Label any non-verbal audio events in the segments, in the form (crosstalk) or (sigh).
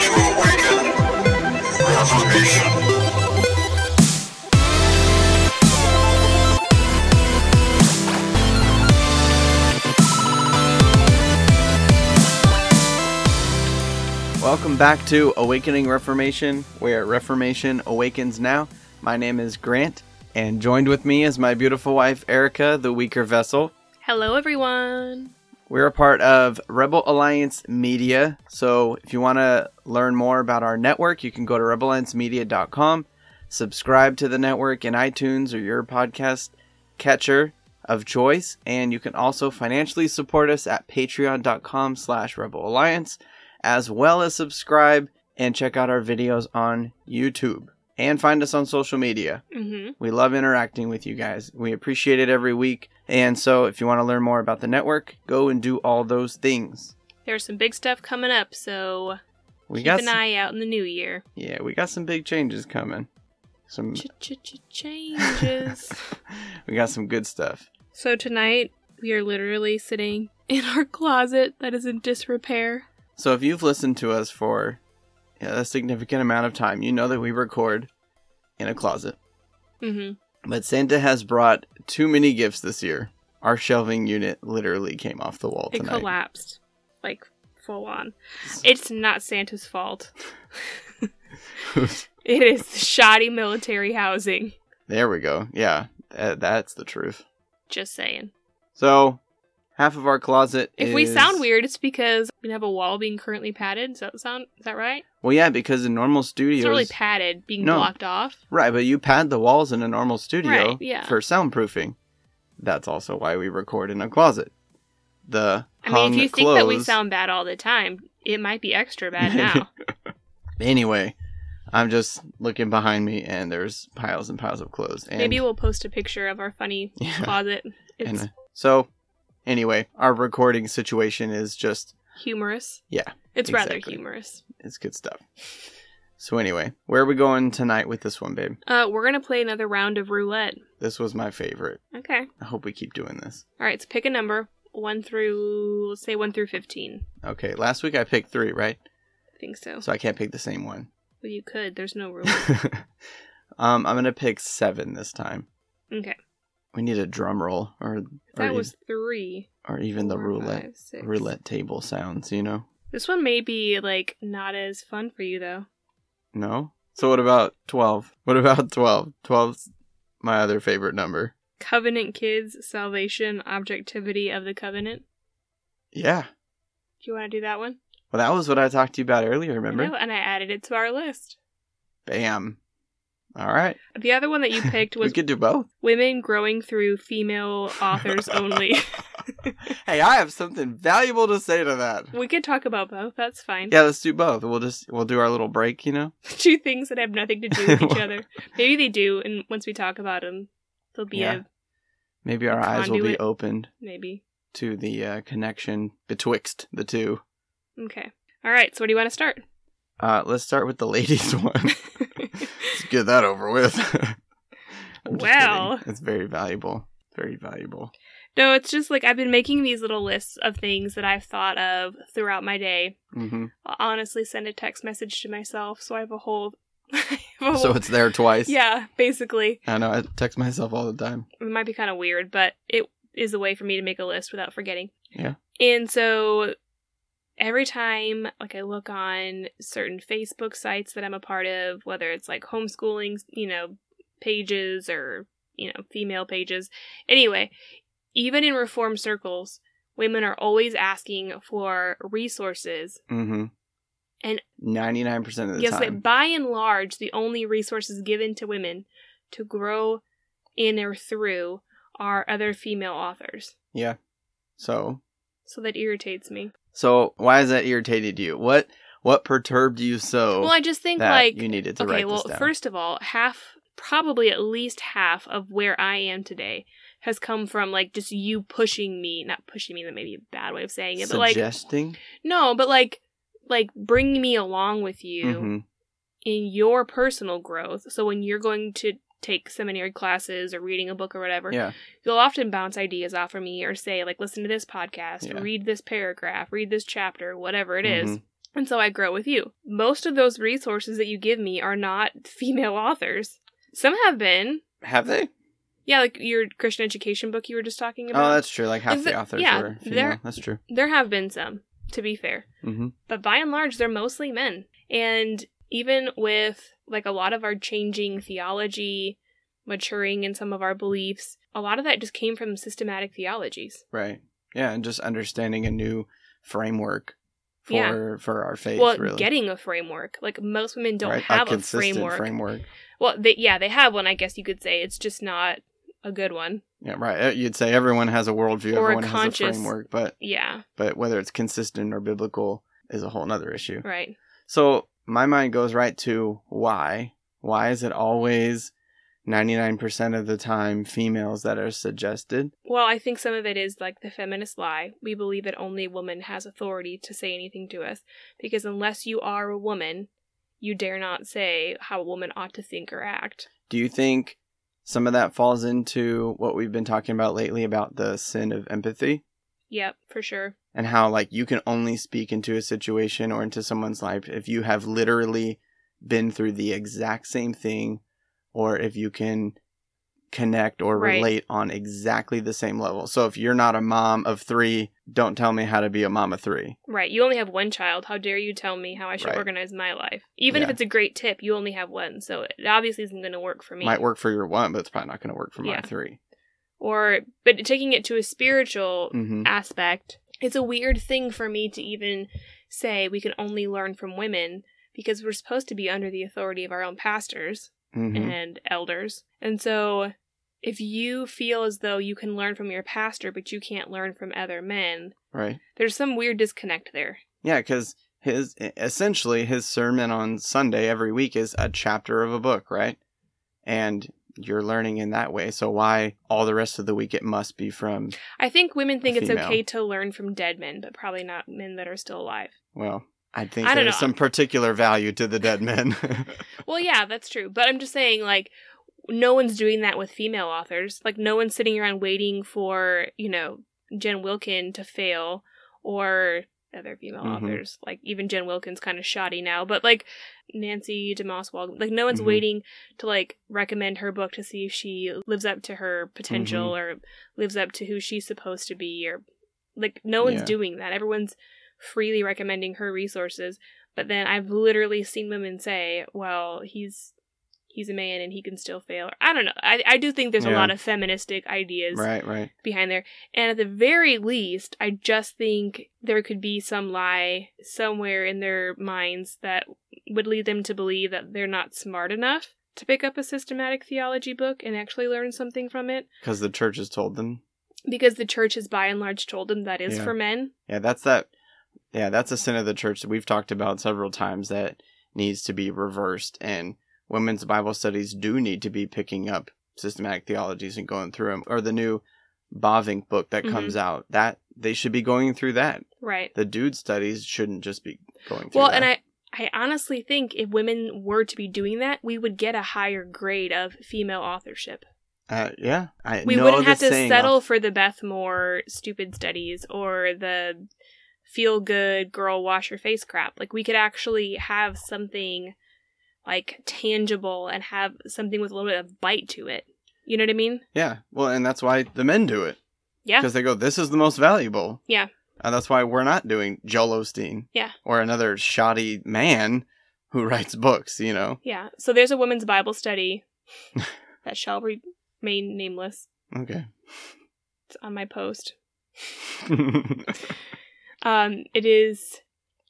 to awaken revolution. Welcome back to Awakening Reformation, where Reformation awakens now. My name is Grant, and joined with me is my beautiful wife, Erica, the weaker vessel. Hello, everyone. We're a part of Rebel Alliance Media. So if you want to learn more about our network, you can go to rebelalliancemedia.com, subscribe to the network in iTunes or your podcast catcher of choice, and you can also financially support us at patreon.com slash rebel alliance, as well as subscribe and check out our videos on YouTube and find us on social media. Mm-hmm. We love interacting with you guys. We appreciate it every week. And so, if you want to learn more about the network, go and do all those things. There's some big stuff coming up, so We keep got an some, eye out in the (laughs) new year. yeah, we got some big changes coming. Some (laughs) Changes. we got some good stuff. so tonight we are literally sitting in our closet that is in disrepair. So, if you've listened to us for a significant amount of time, you know that we record in a closet. Mm-hmm. But Santa has brought too many gifts this year. Our shelving unit literally came off the wall It tonight. collapsed, like full on. It's not (laughs) Santa's fault. It is the shoddy military housing. there we go. Yeah, tha- that's the truth. Just saying. So, half of our closet. If we is- sound weird, it's because we have a wall being currently padded. Does that sound? Is that right? well, yeah, because in normal It's studios, not really padded, being No. blocked off. right? But you pad the walls in a normal studio Right, yeah. for soundproofing. That's also why we record in a closet. The I hung mean, if you clothes. think that we sound bad all the time, it might be extra bad now. anyway, I'm just looking behind me, and there's piles and piles of clothes. And, Maybe we'll post a picture of our funny (laughs) (laughs) yeah, closet. It's and, uh, so anyway, our recording situation is just humorous. Yeah, It's rather exactly. humorous. it's good stuff. So anyway, where are we going tonight with this one, babe? Uh, we're gonna play another round of roulette. This was my favorite. Okay. I hope we keep doing this. All right. So pick a number, one through let's say one through fifteen. Okay, last week I picked three, right? I think so. So I can't pick the same one. (laughs) Well, you could. There's no rule. um, I'm gonna pick seven this time. Okay. We need a drum roll, or or, That e- was three. or even the four, roulette five, six. roulette table sounds. You know? This one may be like not as fun for you though. No. So what about twelve? What about twelve? Twelve's my other favorite number. Covenant kids, salvation, objectivity of the covenant. Yeah. Do you want to do that one? Well, that was what I talked to you about earlier. I Remember? know, and I added it to our list. Bam. All right. The other one (laughs) that you picked We was could do (laughs) both. women growing (laughs) through female authors only. hey, I have something valuable to say to that. we could talk about both. That's fine. Yeah, let's do both. We'll just we'll do our little break. You know? (laughs) Two things that have nothing to do (laughs) with each other. Maybe they do, and once we talk about them, they'll be Yeah. a Maybe our eyes will be Conduit. opened. maybe. to the uh, connection betwixt the two. Okay. All right. So, where do you want to start? (laughs) Uh, let's start with the ladies (laughs) one. let's get that over with. (laughs) I'm just Well. kidding. it's very valuable. Very valuable. no, it's just like I've been making these little lists of things that I've thought of throughout my day. hmm I'll honestly send a text message to myself, so I have a whole. (laughs) I have a So whole- it's there twice. Oh. yeah, basically. I know. I text myself all the time. it might be kind of weird, but it is a way for me to make a list without forgetting. Yeah. And so every time like I look on certain Facebook sites that I'm a part of, whether it's like homeschooling, you know, pages or, you know, female pages. Anyway, even in reform circles, women are always asking for resources. Mm-hmm. And- ninety nine percent of the Yes, time. that by and large, the only resources given to women to grow in or through are other female authors. yeah. So So that irritates me. so why has that irritated you? What what perturbed you so well, I just think Oh, that like you needed to okay, write well, this down? first of all, half probably at least half of where I am today has come from like just you pushing me, not pushing me, that may be a bad way of saying it, but like suggesting? no, but like like bringing me along with you Mhm. in your personal growth. So when you're going to take seminary classes or reading a book or whatever, Yeah. you'll often bounce ideas off of me or say like listen to this podcast, Yeah. read this paragraph, read this chapter, whatever it is. Mhm. And so I grow with you. Most of those resources that you give me are not (laughs) female authors. Some have been. Have they? Yeah, like your Christian education book you were just talking about. Oh, that's true. Like half Is the it- authors yeah, were female. they're- That's true. There have been some, to be fair. hmm but by and large they're mostly men and even with like a lot of our changing theology maturing in some of our beliefs a lot of that just came from systematic theologies Right. Yeah, and just understanding a new framework for Yeah. for our faith. well really, getting a framework like most women don't Right? have a a, consistent framework. framework. well they, yeah they have one i guess you could say it's just not a good one Yeah, right. Uh, You'd say everyone has a worldview, Or a everyone has a conscious- framework, but yeah but whether it's consistent or biblical is a whole nother issue. right So my mind goes right to why. Why is it always ninety nine percent of the time females that are suggested? well i think some of it is like the feminist lie we believe that only a woman has authority to say anything to us because unless you are a woman you dare not say how a woman ought to think or act Do you think some of that falls into what we've been talking about lately about the sin of empathy? Yep, for sure. and how like you can only speak into a situation or into someone's life if you have literally been through the exact same thing or if you can connect or Right. relate on exactly the same level. So if you're not a mom of 3, don't tell me how to be a mom of 3. Right. You only have one child. How dare you tell me how I should Right. organize my life? Even if Yeah. it's a great tip, you only have one. So it obviously isn't going to work for me. Might work for your 1, but it's probably not going to work for Yeah. my 3. Or, but taking it to a spiritual Mhm. aspect, it's a weird thing for me to even say we can only learn from women because we're supposed to be under the authority of our own pastors. Mhm. and elders. And so, if you feel as though you can learn from your pastor, but you can't learn from other men, Right. there's some weird disconnect there. Yeah, cuz his e, essentially his sermon on Sunday every week is a chapter of a book, right? And you're learning in that way. So why all the rest of the week it must be from I think women think it's Female. okay to learn from dead men, but probably not men that are still alive. Well, I think I don't there's know. some particular value to the dead men. (laughs) Well, yeah, that's true. But I'm just saying, like, no one's doing that with female authors. Like, no one's sitting around waiting for, you know, Jen Wilkin to fail or other female Mhm. authors. Like, even Jen Wilkin's kind of shoddy now, but like Nancy DeMoss Wald, like, no one's Mhm. waiting to, like, recommend her book to see if she lives up to her potential or lives up to who she's supposed to be or, like, no one's Yeah. doing that. Everyone's freely recommending her resources. But then I've literally seen women say, "Well, he's he's a man and he can still fail." I don't know. I I do think there's a Yeah. lot of feministic ideas right, right. behind there, and at the very least, I just think there could be some lie somewhere in their minds that would lead them to believe that they're not smart enough to pick up a systematic theology book and actually learn something from it, Because the church has told them. because the church has by and large told them that is Yeah. for men. Yeah, that's that. Yeah, that's a sin of the church that we've talked about several times that needs to be reversed. And women's Bible studies do need to be picking up systematic theologies and going through them. Or the new Bovink book that Mhm. comes out, that they should be going through that. Right. The dude studies shouldn't just be going through Well, that. and I I honestly think if women were to be doing that, we would get a higher grade of female authorship. uh, yeah, I We know wouldn't the have to saying off- settle for the Beth Moore stupid studies or the feel good girl wash your face crap. Like we could actually have something like tangible and have something with a little bit of bite to it. You know what I mean? Yeah. Well, and that's why the men do it. Yeah. Because they go, this is the most valuable. Yeah. And that's why we're not doing Joel Osteen. Yeah. Or another shoddy man who (laughs) writes books, you know? Yeah. So there's a women's (laughs) Bible study that shall remain nameless. Okay. (laughs) It's on my post. Um, it is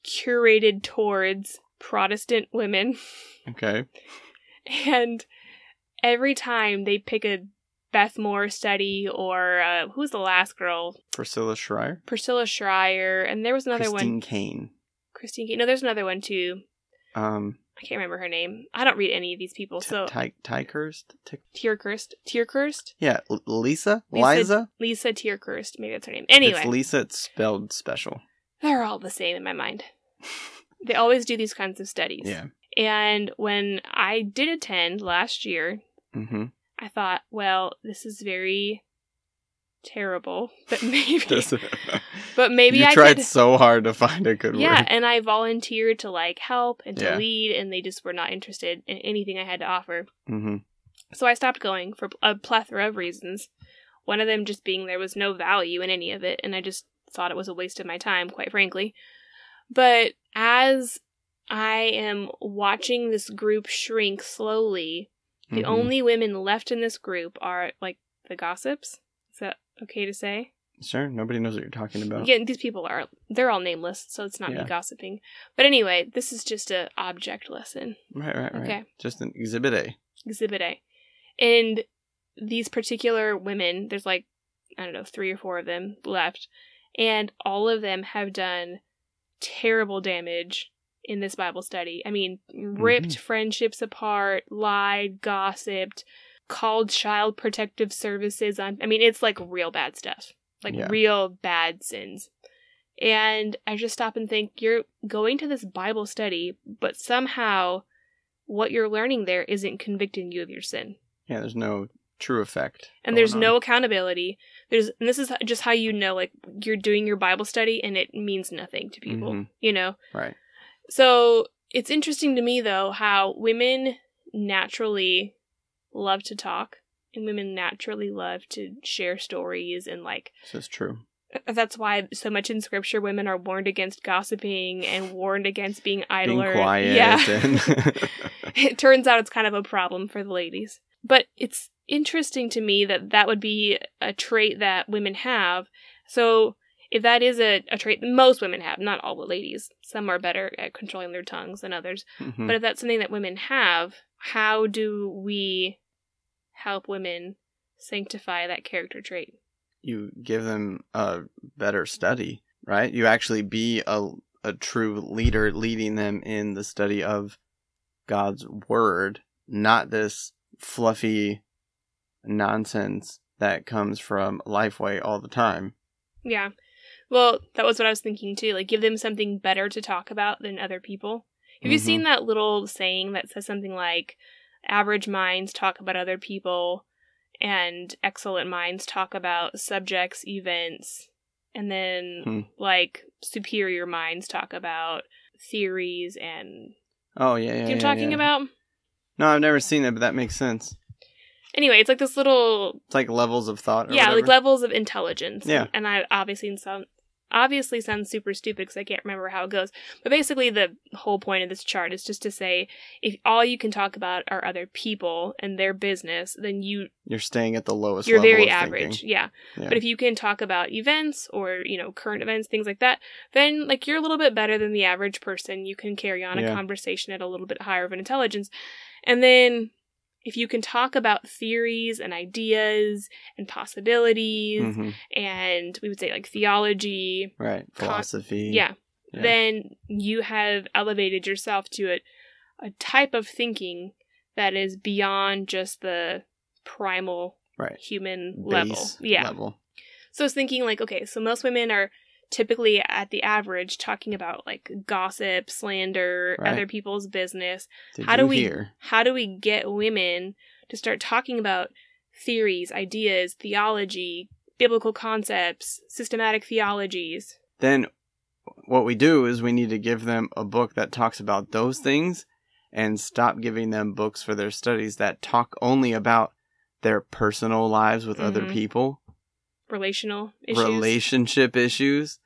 curated towards Protestant women, (laughs) okay. and every time they pick a Beth Moore study or uh, who was the last girl, Priscilla Schreier. Priscilla Schreier, and there was another Christine one, Kane. Christine. Kate. No, there's another one too. Um, I can't remember her name. I don't read any of these people. T- So Ty- Tykehurst? Ty- Tierkurst, Tierkurst, yeah. L- Lisa? Lisa- Liza? Lisa Tierkurst, maybe that's her name. Anyway, It's Lisa. It's spelled special. they're all the same in (laughs) my mind. They always do these kinds of studies. Yeah. And when I did attend last year, (laughs) Mm-hmm. I thought, well, this is very terrible, (laughs) (laughs) but maybe, Just- but maybe you I tried (laughs) could. so hard to find a good Yeah, word. and I volunteered to like help and to Yeah. lead, and they just were not interested in anything I had to offer. Mm-hmm. So I stopped going for a plethora of reasons. One of them just being there was no value in any of it, and I just thought it was a waste of my time, quite frankly. But as I am watching this group shrink slowly, the Mm-hmm. only women left in this group are like the gossips. Is that okay to say? Sure, nobody knows what you're talking about. Again, these people are they're all nameless, so it's not Oh. Yeah. me gossiping. But anyway, this is just a object lesson. Right, right, right. Okay. Just an exhibit A. Exhibit A. And these particular women, there's like I don't know, three or four of them left, and all of them have done terrible damage in this Bible study. I mean, ripped friendships apart, lied, gossiped, called child protective services on I mean, it's like real bad stuff. Like Yeah. real bad sins. And I just stop and think, you're going to this Bible study, but somehow what you're learning there isn't convicting you of your sin. Yeah, there's no true effect. going And there's on. no accountability. There's and this is just how you know like you're doing your Bible study and it means nothing to people, Mhm. you know. Right. So, it's interesting to me though how women naturally love to talk and women naturally love to share stories and like uh, This is true. that's why so much in scripture women are warned against gossiping and warned against being idler. Being quiet. (laughs) and- (laughs) it turns out it's kind of a problem for the ladies. But it's interesting to me that that would be a trait that women have. So if that is a, a trait that most women have, not all the ladies, some are better at controlling their tongues than others. Mhm. But if that's something that women have, how do we help women sanctify that character trait? you give them a better study, right? You actually be a a true leader leading them in the study of God's word, not this fluffy nonsense that comes from Lifeway all the time. Yeah. Well, that was what I was thinking too. Like, give them something better to talk about than other people. Have you Mhm. seen that little saying that says something like, average minds talk about other people, and excellent minds talk about subjects, events, and then, Hmm. like, superior minds talk about theories and. Oh yeah, yeah. you know what I'm yeah, talking yeah. about? No, I've never seen it, but that makes sense. Anyway, it's like this little It's like levels of thought. Or yeah like whatever. levels of intelligence Yeah. and i obviously sound obviously sounds super stupid because i can't remember how it goes but basically the whole point of this chart is just to say if all you can talk about are other people and their business then you you're staying at the lowest. you're level very of average thinking. yeah. Yeah. but if you can talk about events or you know current events things like that then like you're a little bit better than the average person you can carry on Yeah. a conversation at a little bit higher of an intelligence and then if you can talk about theories and ideas and possibilities Mhm. and we would say like theology, right philosophy. yeah, Yeah. then you have elevated yourself to a, a type of thinking that is beyond just the primal Right. human level. Base Yeah. Level. So I was thinking like, okay, so most women are typically at the average talking about like gossip, slander, Right. other people's business. Did How you do we- hear? How do we get women to start talking about theories, ideas, theology, biblical concepts, systematic theologies? then what we do is we need to give them a book that talks about those things and stop giving them books for their studies that talk only about their personal lives with other Mhm. people, relational issues. relationship issues.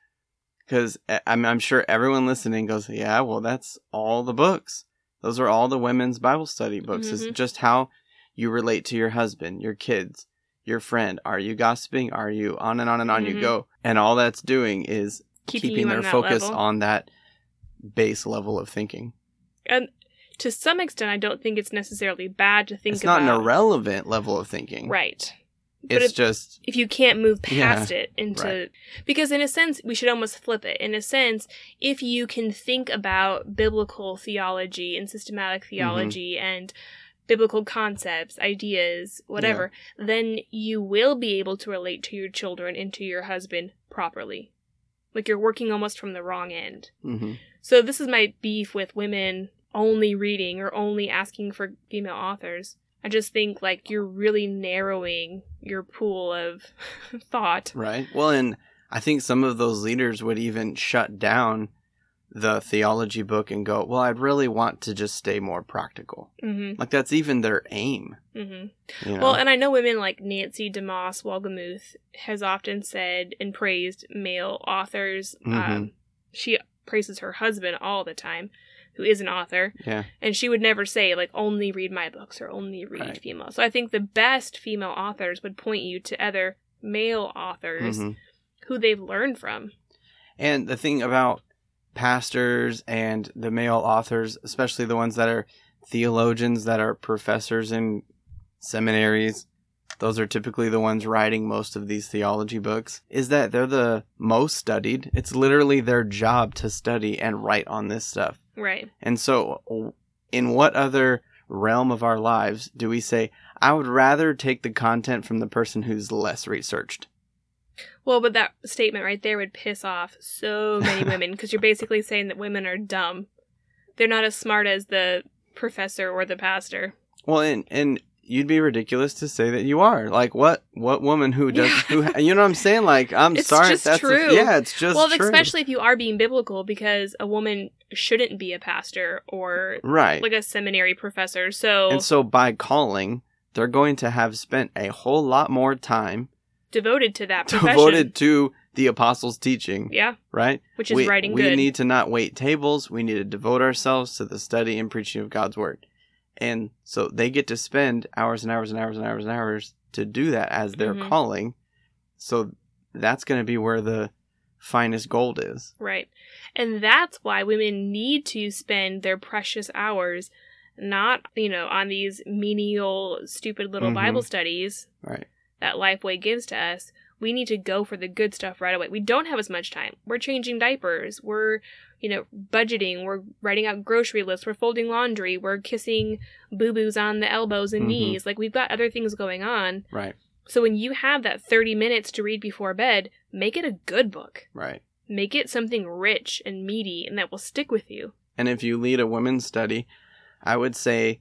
Because I'm, I'm sure everyone listening goes, yeah, well, that's all the books. Those are all the women's Bible study books. It's Mhm. just how you relate to your husband, your kids, your friend. Are you gossiping? Are you on and on and on you Mhm. go? And all that's doing is keeping, you their on that focus level. on that base level of thinking. To some extent, I don't think it's necessarily bad to think it's not about. an irrelevant level of thinking. right. but It's if- just If you can't move Yeah, past it into right. because in a sense we should almost flip it. In a sense, if you can think about biblical theology and systematic Mm-hmm. theology and biblical concepts, ideas, whatever, then you will be able to relate to your children and to your husband properly. Like you're working almost from the wrong end. mhm. So this is my beef with women only reading or only asking for female authors. I just think like you're really narrowing your pool of (laughs) thought. Right. Well, and I think some of those leaders would even shut down the theology book and go, well, I'd really want to just stay more practical. hmm Like, that's even their aim. hmm You know? Well, and I know women like Nancy DeMoss Walgamuth has often said and praised male authors. Um, Mhm. she praises her husband all the time, who is an author, yeah. and she would never say like only read my books or only read Right. female. So I think the best female authors would point you to other male authors Mhm. who they've learned from. And the thing about pastors and the male authors, especially the ones that are theologians that are professors in seminaries, those are typically the ones writing most of these theology books, is that they're the most studied. It's literally their job to study and write on this stuff. Right. And so, in what other realm of our lives do we say, I would rather take the content from the person who's less researched? Well, but that statement right there would piss off so many women because you're basically saying that women are dumb. They're not as smart as the professor or the pastor. Well, and and you'd be ridiculous to say that you are. Like what what woman who does Yeah. who you know what I'm saying? Like I'm (laughs) It's sorry, just that's a- true. yeah, it's just well, true. especially if you are being biblical because a woman shouldn't be a pastor or right. like a seminary professor. So, and so by calling, they're going to have spent a whole lot more time devoted to that profession. devoted to the apostles' teaching, Yeah, right? which is we, writing we good. need to not wait tables. We need to devote ourselves to the study and preaching of God's word. And so they get to spend hours and hours and hours and hours and hours to do that as their Mhm. calling. So that's going to be where the finest gold is. Right. And that's why women need to spend their precious hours not, you know, on these menial, stupid little Mhm. Bible studies Right. that Lifeway gives to us. We need to go for the good stuff right away. We don't have as much time. We're changing diapers. We're, you know, budgeting. We're writing out grocery lists. We're folding laundry. We're kissing boo boos on the elbows and Mhm. knees. Like, we've got other things going on. Right. So, when you have that 30 minutes to read before bed, make it a good book. Right. Make it something rich and meaty and that will stick with you. And if you lead a women's study, I would say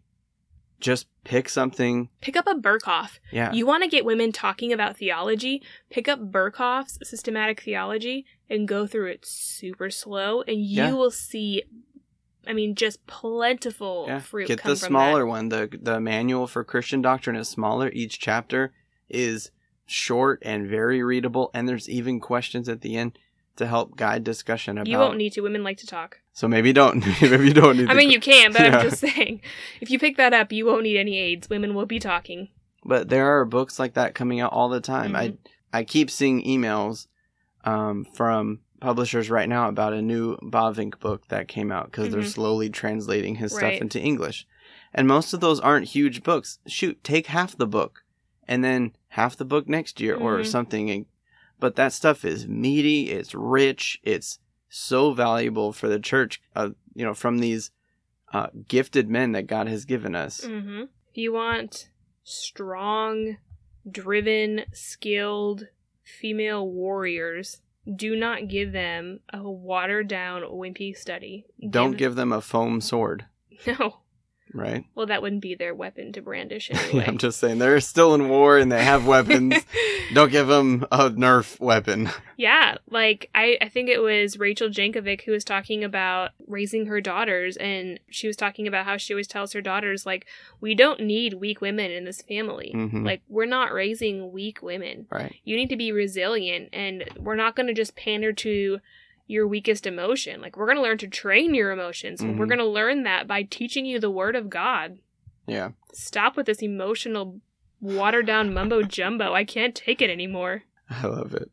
just pick something. Pick up a Burkhoff. Yeah. You want to get women talking about theology? Pick up Burkhoff's systematic theology and go through it super slow, and you Yeah. will see, I mean, just plentiful yeah. fruit. Get come the from smaller one. The the manual for Christian doctrine is smaller. Each chapter is short and very readable and there's even questions at the end to help guide discussion That. about You won't need to. Women like to talk. so maybe don't (laughs) maybe you don't need (laughs) I the- mean, you can, (laughs) but Yeah. I'm just saying, if you pick that up, you won't need any aids. Women will be talking. but there are books like that coming out all the time. Mm-hmm. I I keep seeing emails um, from publishers right now about a new Bavink book that came out because they're Mhm. slowly translating his Right. stuff into English, and most of those aren't huge books. Shoot, take half the book, and then half the book next year or Mhm. something. And, but that stuff is meaty. It's rich. It's so valuable for the church. Uh, you know, from these uh, gifted men that God has given us. Mm-hmm. If you want strong, driven, skilled female warriors, do not give them a watered down, wimpy study. Don't give them a foam sword, (laughs) No. right? (laughs) Well, that wouldn't be their weapon to brandish Yeah, anyway. (laughs) I'm (laughs) just saying they're still in war and they have weapons. Don't give them a Nerf weapon. Yeah, like I, I think it was Rachel Jankovic who was talking about raising her daughters, and she was talking about how she always tells her daughters, like, we don't need weak women in this family. (laughs) Mhm. Like, we're not raising weak women. Right. you need to be resilient and we're not going to just pander to your weakest emotion like we're going to learn to train your emotions and we're Mhm. going to learn that by teaching you the word of god Yeah. stop with this emotional watered down mumbo jumbo i can't take it anymore I love it.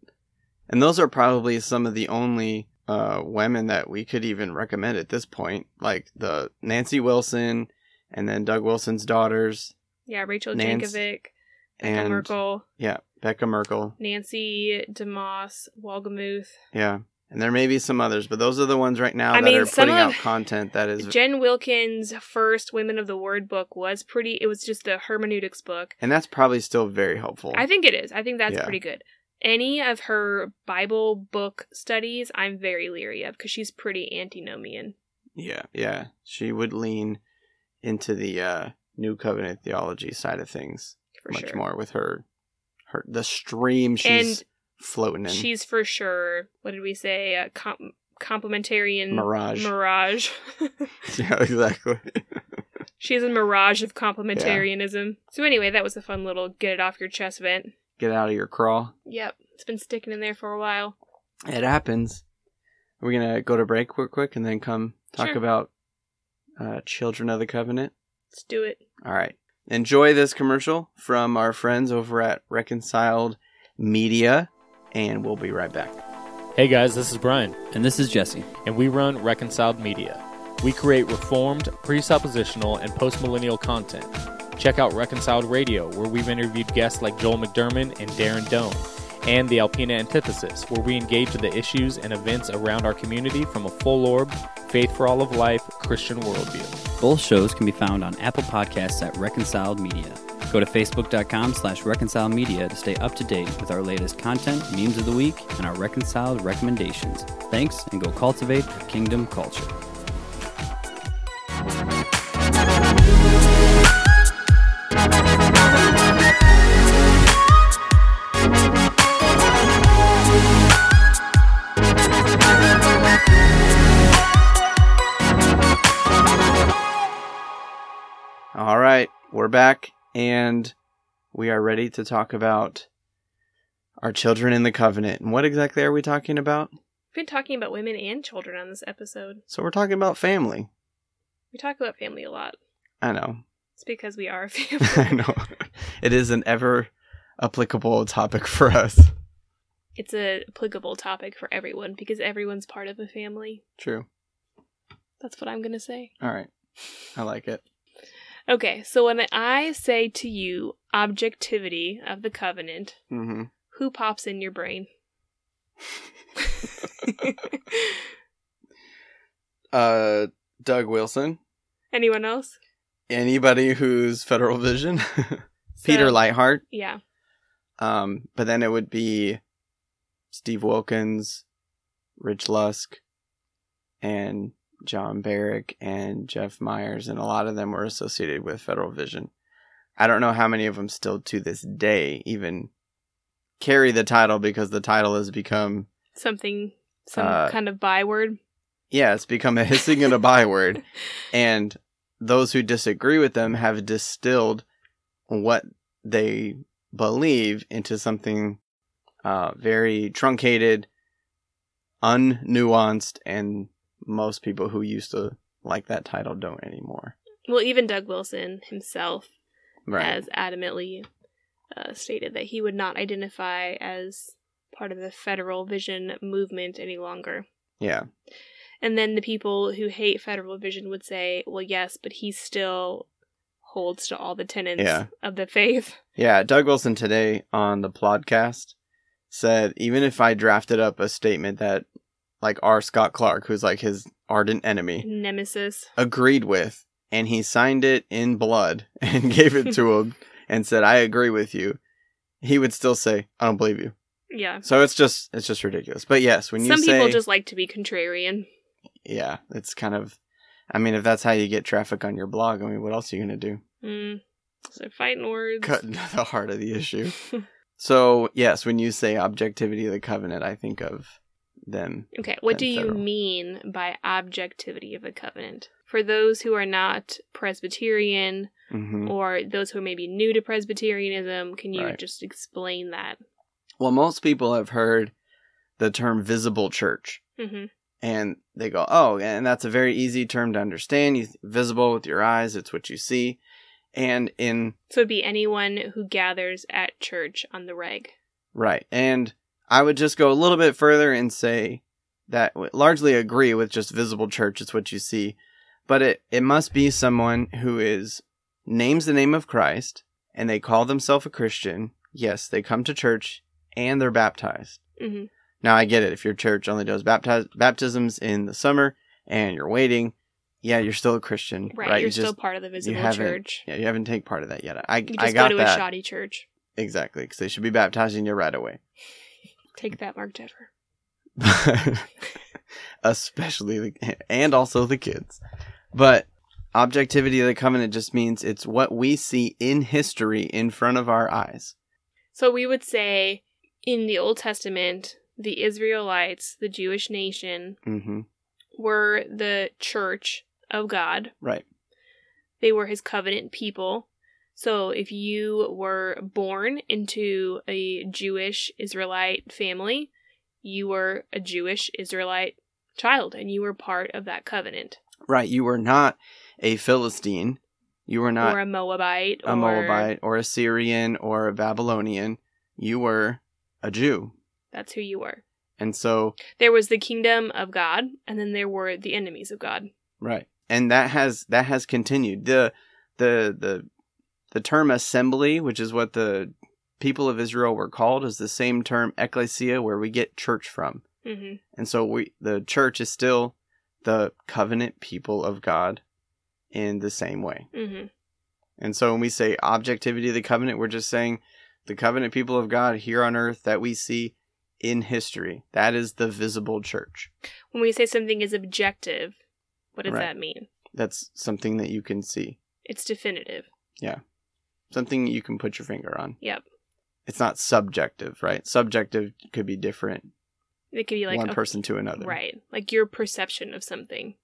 And those are probably some of the only uh, women that we could even recommend at this point, like the Nancy Wilson and then Doug Wilson's daughters yeah rachel Nance jankovic and and merkel yeah, Becca Merkel. nancy demoss walgamuth Yeah. And there may be some others, but those are the ones right now I that mean, are some putting out of- content that (laughs) is jen wilkins first women of the word book was pretty it was just the hermeneutics book and that's probably still very helpful. I think it is. I think that's Yeah. pretty good. Any of her Bible book studies, I'm very leery of because she's pretty antinomian. Yeah, yeah. She would lean into the uh New Covenant theology side of things for much sure. more with her, her the stream she's And floating in. She's for sure. What did we say? A com- complementarian mirage. mirage. (laughs) (laughs) yeah, exactly. She's a mirage of complementarianism. So anyway, that was a fun little get it off your chest vent. Get out of your crawl. Yep, it's been sticking in there for a while. It happens. We're gonna go to break real quick and then come talk Sure. about uh, Children of the Covenant. Let's do it. All right. Enjoy this commercial from our friends over at Reconciled Media, and we'll be right back. Hey guys, this is Brian, And this is Jesse. and we run Reconciled Media. We create reformed, presuppositional, and postmillennial content. Check out Reconciled Radio, where we've interviewed guests like Joel McDermott and Darren Doan, and the Alpena Antithesis, where we engage with the issues and events around our community from a full orb, faith for all of life, Christian worldview. Both shows can be found on Apple Podcasts at Reconciled Media. Go to facebook.com slash reconciled media to stay up to date with our latest content, memes of the week, and our reconciled recommendations. Thanks, and go cultivate kingdom culture. All right, we're back, and we are ready to talk about our children in the covenant. And what exactly are we talking about? We've been talking about women and children on this episode. So we're talking about family. We talk about family a lot. I know, (laughs) It's because we are a I family. know. It is an ever applicable topic for us. it's a applicable topic for everyone because everyone's part of a family. True. That's what I'm going to say. All right, I like it. Okay, so when I say to you objectivity of the covenant, hmm who pops in (laughs) your brain? Uh, Doug Wilson. Anyone else? Anybody who's Federal Vision. (laughs) So- Peter Lightheart. Yeah. Um, but then it would be Steve Wilkins, Rich Lusk, and John Barrick and Jeff Myers, and a lot of them were associated with Federal Vision. I don't know how many of them still to this day even carry the title because the title has become Something, some Uh, kind of byword. yeah, it's become a hissing and a byword. And those who disagree with them have distilled what they believe into something uh, very truncated, unnuanced, and most people who used to like that title don't anymore. Well, even Doug Wilson himself Right. has adamantly uh, stated that he would not identify as part of the federal vision movement any longer. yeah. And then the people who hate federal vision would say, well, yes, but he still holds to all the tenets Yeah. of (laughs) the faith. Yeah. Doug Wilson today on the podcast said even if I drafted up a statement that, like R. Scott Clark, who's like his ardent enemy, Nemesis. agreed with and he signed it in blood (laughs) and gave it (laughs) to him and said i agree with you he would still say i don't believe you Yeah. so it's just it's just ridiculous but yes when you Some say people just like to be contrarian. yeah it's kind of i mean if that's how you get traffic on your blog i mean what else are you going to do Mm. So fighting words. cutting to (laughs) the heart of the (laughs) issue so yes when you say objectivity of the covenant i think of them Okay, what and do you federal. mean by objectivity of the covenant? For those who are not Presbyterian hmm or those who may be new to Presbyterianism, can you Right. just explain that? well most people have heard the term visible church hmm and they go, "Oh, and that's a very easy term to understand. You visible with your eyes, it's what you see." And in So it'd be anyone who gathers at church on the reg. right. And I would just go a little bit further and say that w- largely agree with just visible church, it's what you see. But it it must be someone who is names the name of Christ and they call themselves a Christian. Yes, they come to church and they're baptized. hmm Now I get it. If your church only does baptiz- baptisms in the summer and you're waiting, yeah, you're still a Christian, Right, right? you're you still just part of the visible haven't- church. yeah, you haven't taken part of that yet. I You just I got go to that a shoddy church. exactly because they should be baptizing you right away, (laughs) Take that, Mark Dever. especially the and also the kids. But Objectivity of the covenant just means it's what we see in history in front of our eyes. So we would say in the Old Testament, the Israelites, the Jewish nation, hmm were the church of God. Right. They were his covenant people. So if you were born into a Jewish Israelite family, you were a Jewish Israelite child and you were part of that covenant. Right. You were not a Philistine. You were not or a Moabite a Moabite or a Syrian or a Babylonian. You were a Jew. That's who you were. And so, There was the kingdom of God and then there were the enemies of God. right. And that has that has continued. The the the the term assembly, which is what the people of Israel were called, is the same term ecclesia where we get church from. Mhm. And so we the church is still the covenant people of God in the same way. Mhm. And so when we say objectivity of the covenant, we're just saying the covenant people of God here on earth that we see in history. That is the visible church. When we say something is objective, what does Right. that mean? That's something that you can see, It's definitive. something you can put your finger on. Yep. It's not subjective, right? Subjective could be different It could be like one a- person to another. Right. Like your perception of something.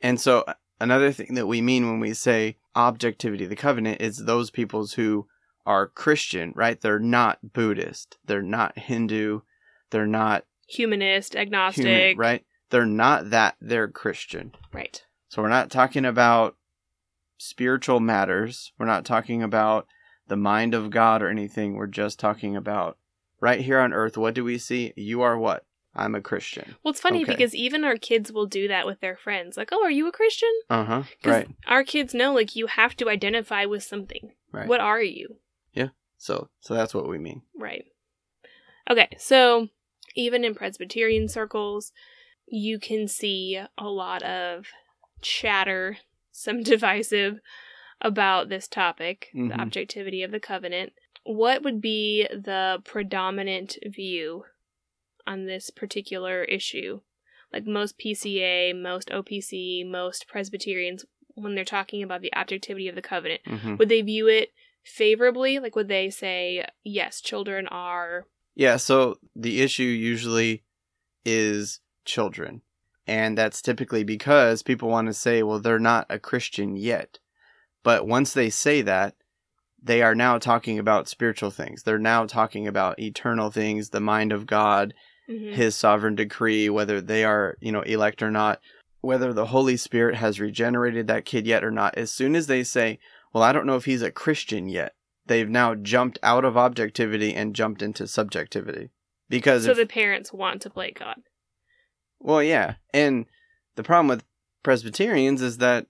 And so uh, another thing that we mean when we say objectivity of the covenant is those peoples who are Christian, right? They're not Buddhist, they're not Hindu, they're not Humanist, agnostic. human, right? They're not that, they're Christian. Right. So we're not talking about spiritual matters. We're not talking about the mind of God or anything. We're just talking about right here on earth, what do we see? You are what? I'm a Christian. Well, it's funny Okay. because even our kids will do that with their friends. Like, oh, are you a Christian? Uh huh. Because Right. our kids know, like, you have to identify with something. Right. What are you? So, so that's what we mean. Right. Okay. So, even in Presbyterian circles, you can see a lot of chatter, some (laughs) divisive about this topic, Mhm. the objectivity of the covenant. What would be the predominant view on this particular issue? Like most PCA, most OPC, most Presbyterians, when they're talking about the objectivity of the covenant, Mm-hmm. would they view it favorably like would they say yes children are Yeah. So the issue usually is children. And that's typically because people want to say, well, they're not a Christian yet. But once they say that, they are now talking about spiritual things. They're now talking about eternal things, the mind of God, Mhm. his sovereign decree, whether they are, you know, elect or not, whether the Holy Spirit has regenerated that kid yet or not. As soon as they say, well, I don't know if he's a Christian yet, they've now jumped out of objectivity and jumped into subjectivity. Because so if, the parents want to play god well, yeah. And the problem with Presbyterians is that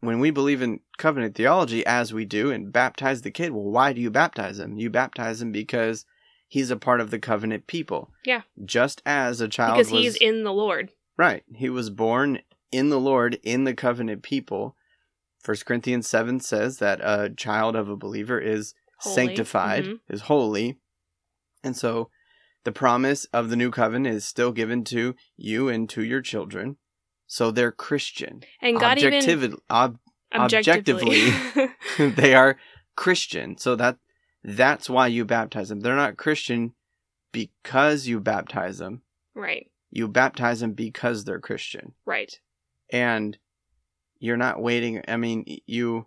when we believe in covenant theology, as we do, and baptize the kid, well, why do you baptize him? You baptize him because he's a part of the covenant people. Yeah. Just as a child because was, he's in the lord right. He was born in the Lord, in the covenant people. First Corinthians seven says that a child of a believer is Holy. sanctified, Mhm. is holy. And so the promise of the new covenant is still given to you and to your children. So they're Christian. and god even Objectivi- ob- (laughs) objectively, they are Christian. So that that's why you baptize them. They're not Christian because you baptize them. (laughs) right You baptize them because they're Christian. right And you're not waiting. I mean, you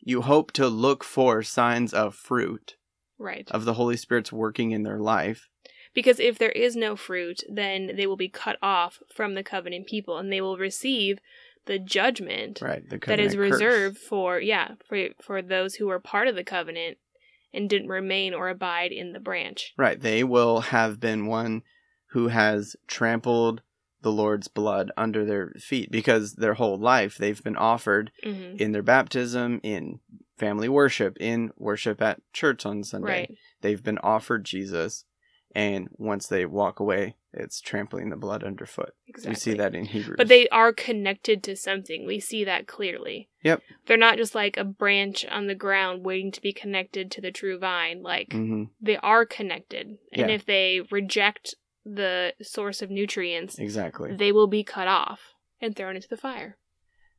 you hope to look for signs of fruit right of the Holy Spirit's working in their life. because if there is no fruit then they will be cut off from the covenant people and they will receive the judgment Right. The that is covenant curse. reserved for yeah for for those who were part of the covenant and didn't remain or abide in the branch Right. They will have been one who has trampled the Lord's blood under their feet because their whole life they've been offered hmm in their baptism, in family worship, in worship at church on Sunday. right They've been offered Jesus. And once they walk away, it's trampling the blood underfoot. exactly. We see that in Hebrews. But they are connected to something. We see that clearly. Yep. They're not just like a branch on the ground waiting to be connected to the true vine. Like hmm they are connected. And Yeah. if they reject the source of nutrients, Exactly. they will be cut off and thrown into the fire.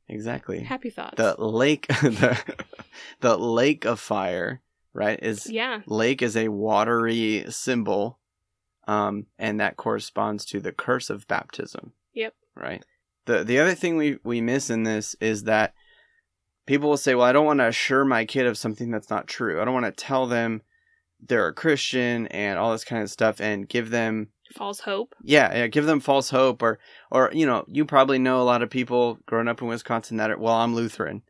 Exactly. Happy thoughts. The lake (laughs) the, the lake of fire, right? Is yeah. lake is a watery symbol. Um, and that corresponds to the curse of baptism. Yep. Right. The the other thing we, we miss in this is that people will say, Well, I don't want to assure my kid of something that's not true. I don't want to tell them they're a Christian and all this kind of stuff and give them False hope. yeah, yeah, give them false hope or or you know, you probably know a lot of people growing up in Wisconsin that are well, I'm Lutheran.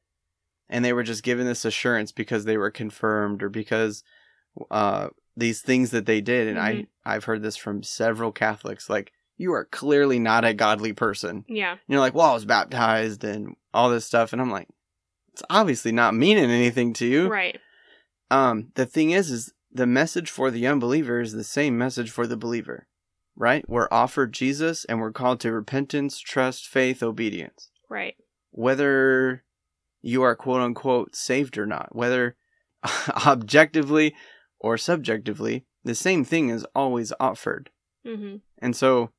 And they were just given this assurance because they were confirmed or because uh these things that they did and I I've heard this from several Catholics like you are clearly not a godly person. And Yeah. you're like, "Well, I was baptized and all this stuff." And I'm like, "It's obviously not meaning anything to you." Right. Um, the thing is, is the message for the unbeliever is the same message for the believer, right? We're offered Jesus and we're called to repentance, trust, faith, obedience. Right. Whether you are quote unquote saved or not, whether (laughs) objectively or subjectively, the same thing is always offered. Mm-hmm. And so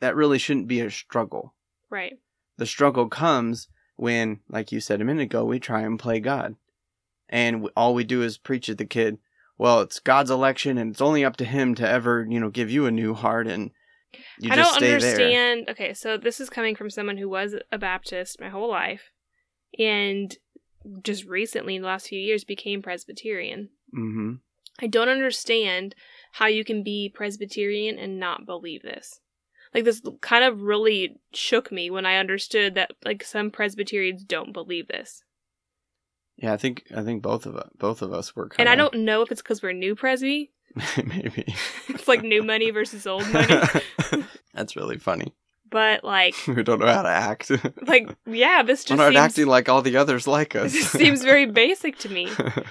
that really shouldn't be a struggle. Right. The struggle comes when, like you said a minute ago, we try and play God. And w- all we do is preach at the kid, well, it's God's election and it's only up to him to ever, you know, give you a new heart and you I just don't stay there. understand. Okay, so this is coming from someone who was a Baptist my whole life, and just recently in the last few years became Presbyterian. Mm-hmm. I don't understand how you can be Presbyterian and not believe this. Like this kind of really shook me when I understood that like some Presbyterians don't believe this. Yeah, I think I think both of us, both of us were And kind I don't know if it's cuz we're new Presby. (laughs) (laughs) maybe It's like new money versus old money. (laughs) That's really funny. (laughs) But like We don't know how to act. (laughs) like yeah, this we're just not seems, acting like all the others like us. (laughs) this (laughs) seems very basic to me.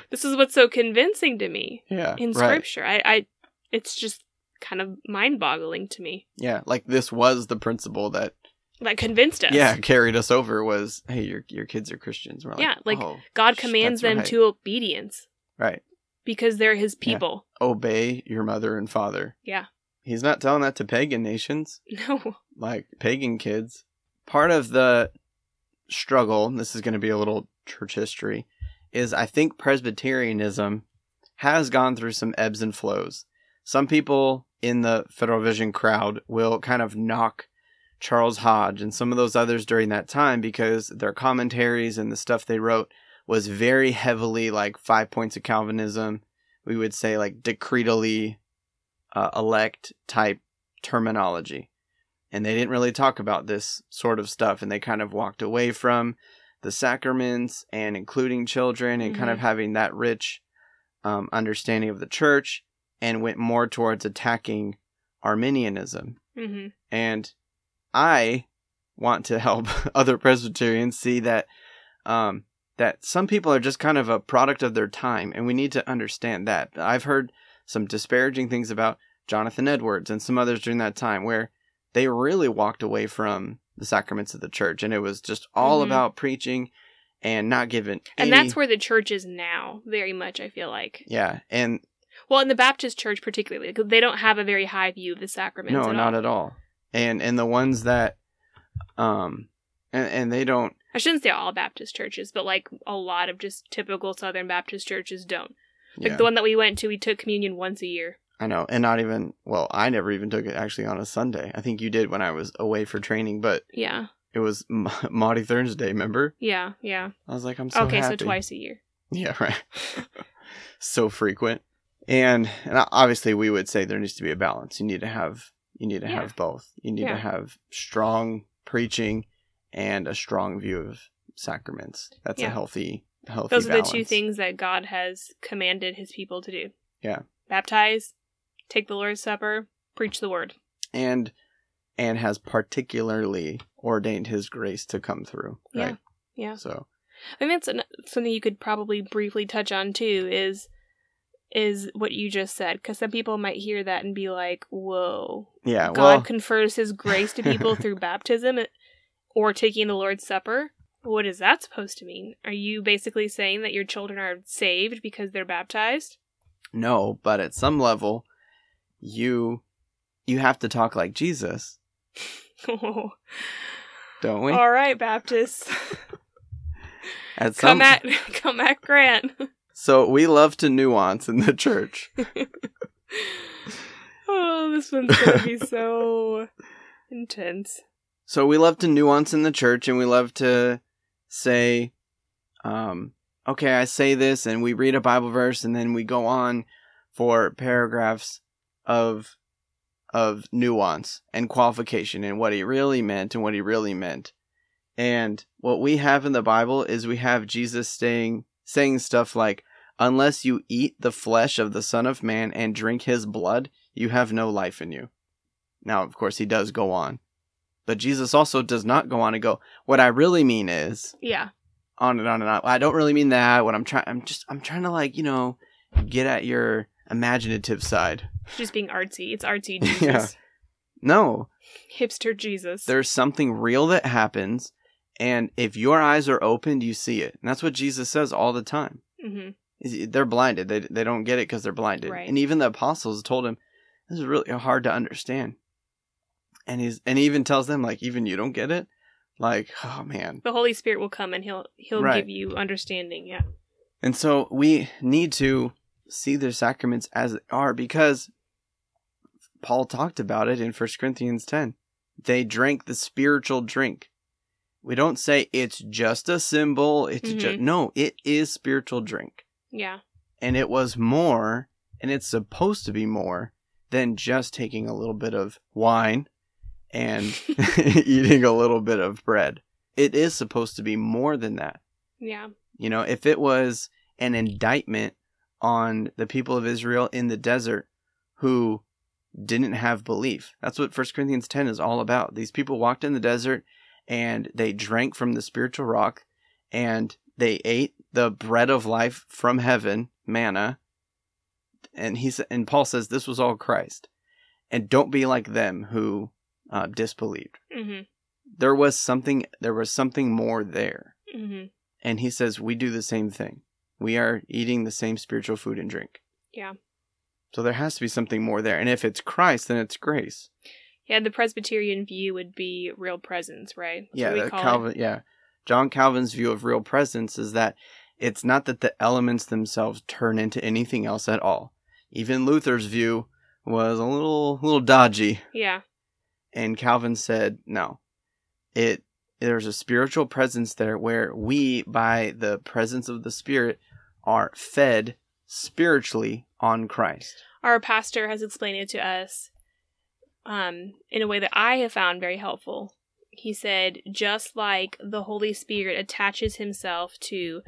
This is what's so convincing to me yeah, in right. scripture. I I it's just kind of mind-boggling to me. Yeah, like this was the principle that That convinced us. yeah carried us over was hey your your kids are christians we're like, Yeah, like, oh, God sh- commands that's them right. to obedience. right because they're his Yeah. people. (laughs) obey your mother and father Yeah. he's not telling that to pagan nations No. like pagan kids part of the struggle and this is going to be a little church history is i think presbyterianism has gone through some ebbs and flows some people in the federal vision crowd will kind of knock Charles Hodge and some of those others during that time because their commentaries and the stuff they wrote was very heavily like five points of Calvinism. We would say like decretally uh, elect type terminology. And they didn't really talk about this sort of stuff. And they kind of walked away from the sacraments and including children and kind of having that rich um, understanding of the church and went more towards attacking Arminianism hmm and I want to help (laughs) other Presbyterians see that um, that some people are just kind of a product of their time, and we need to understand that. I've heard some disparaging things about Jonathan Edwards and some others during that time, where they really walked away from the sacraments of the church, and it was just all Mhm. about preaching and not giving. any- And that's where the church is now, very much, I feel like. yeah, and Well, in the Baptist church, particularly, 'cause they don't have a very high view of the sacraments. no, not at all. And and the ones that, um, and, and they don't I shouldn't say all Baptist churches, but like a lot of just typical Southern Baptist churches don't. Like yeah. the one that we went to, we took communion once a year. I know, and not even well, I never even took it actually on a Sunday. I think you did when I was away for training, but Yeah. it was (laughs) M- Maundy Thursday. Remember? Yeah. Yeah. I was like, I'm so okay, happy. so twice a year. (laughs) Yeah, right. (laughs) so frequent, and and obviously we would say there needs to be a balance. You need to have you need to Yeah. have both. You need Yeah. to have strong preaching and a strong view of sacraments. That's a Yeah. healthy healthy. Those are balance. the two things that God has commanded his people to do. Yeah. Baptize, take the Lord's Supper, preach the word. and and has particularly ordained his grace to come through. Yeah, Right? yeah. So I mean, that's an, something you could probably briefly touch on too. Is is what you just said? Because some people might hear that and be like, "Whoa, yeah, God well, confers His grace to (laughs) people through baptism or taking the Lord's Supper." What is that supposed to mean? Are you basically saying that your children are saved because they're baptized? (laughs) no, but at some level, you you have to talk like Jesus, Oh, don't we? all right, Baptists. (laughs) At come at (laughs) come at Grant. so we love to nuance in the (laughs) church. (laughs) oh, this one's gonna (laughs) be so intense. So we love to nuance in the church, and we love to say, um, "Okay, I say this," and we read a Bible verse, and then we go on for paragraphs of of nuance and qualification and what he really meant and what he really meant. And what we have in the Bible is we have Jesus saying saying stuff like, "Unless you eat the flesh of the Son of Man and drink His blood, you have no life in you." Now, of course, he does go on. But Jesus also does not go on and go, what I really mean is Yeah, on and on and on. I don't really mean that. What I'm trying I'm just I'm trying to like, you know, get at your imaginative side. just being artsy. It's (laughs) artsy Jesus, No. hipster Jesus. There's something real that happens and if your eyes are opened, you see it. And that's what Jesus says all the time. hmm Is- They're blinded. They they don't get it cuz they're blinded. Right. And even the apostles told him this is really hard to understand. And he's and he even tells them like even you don't get it? Like, oh man. The Holy Spirit will come and he'll he'll Right. give you understanding. Yeah, And so we need to see their sacraments as they are because Paul talked about it in 1 Corinthians 10. They drank the spiritual drink. We don't say it's just a symbol, it's just no, it is spiritual drink. yeah, And it was more and it's supposed to be more than just taking a little bit of wine and (laughs) eating a little bit of bread. It is supposed to be more than that. yeah. You know, if it was an indictment on the people of Israel in the desert who didn't have belief, that's what 1 Corinthians 10 is all about. These people walked in the desert and they drank from the spiritual rock and they ate the bread of life from heaven, manna. And he sa- and Paul says this was all Christ. And don't be like them who uh, disbelieved. hmm There was something there was something more there. hmm And he says, We do the same thing. We are eating the same spiritual food and drink. Yeah. So there has to be something more there. And if it's Christ, then it's grace. Yeah, the Presbyterian view would be real presence, right? That's yeah. what we that call it. Calvin, yeah. John Calvin's view of real presence is that it's not that the elements themselves turn into anything else at all. Even Luther's view was a little little dodgy. Yeah, And Calvin said, no. It there's a spiritual presence there where we by the presence of the spirit are fed spiritually on Christ. our pastor has explained it to us um, in a way that I have found very helpful. He said, just like the Holy Spirit attaches himself to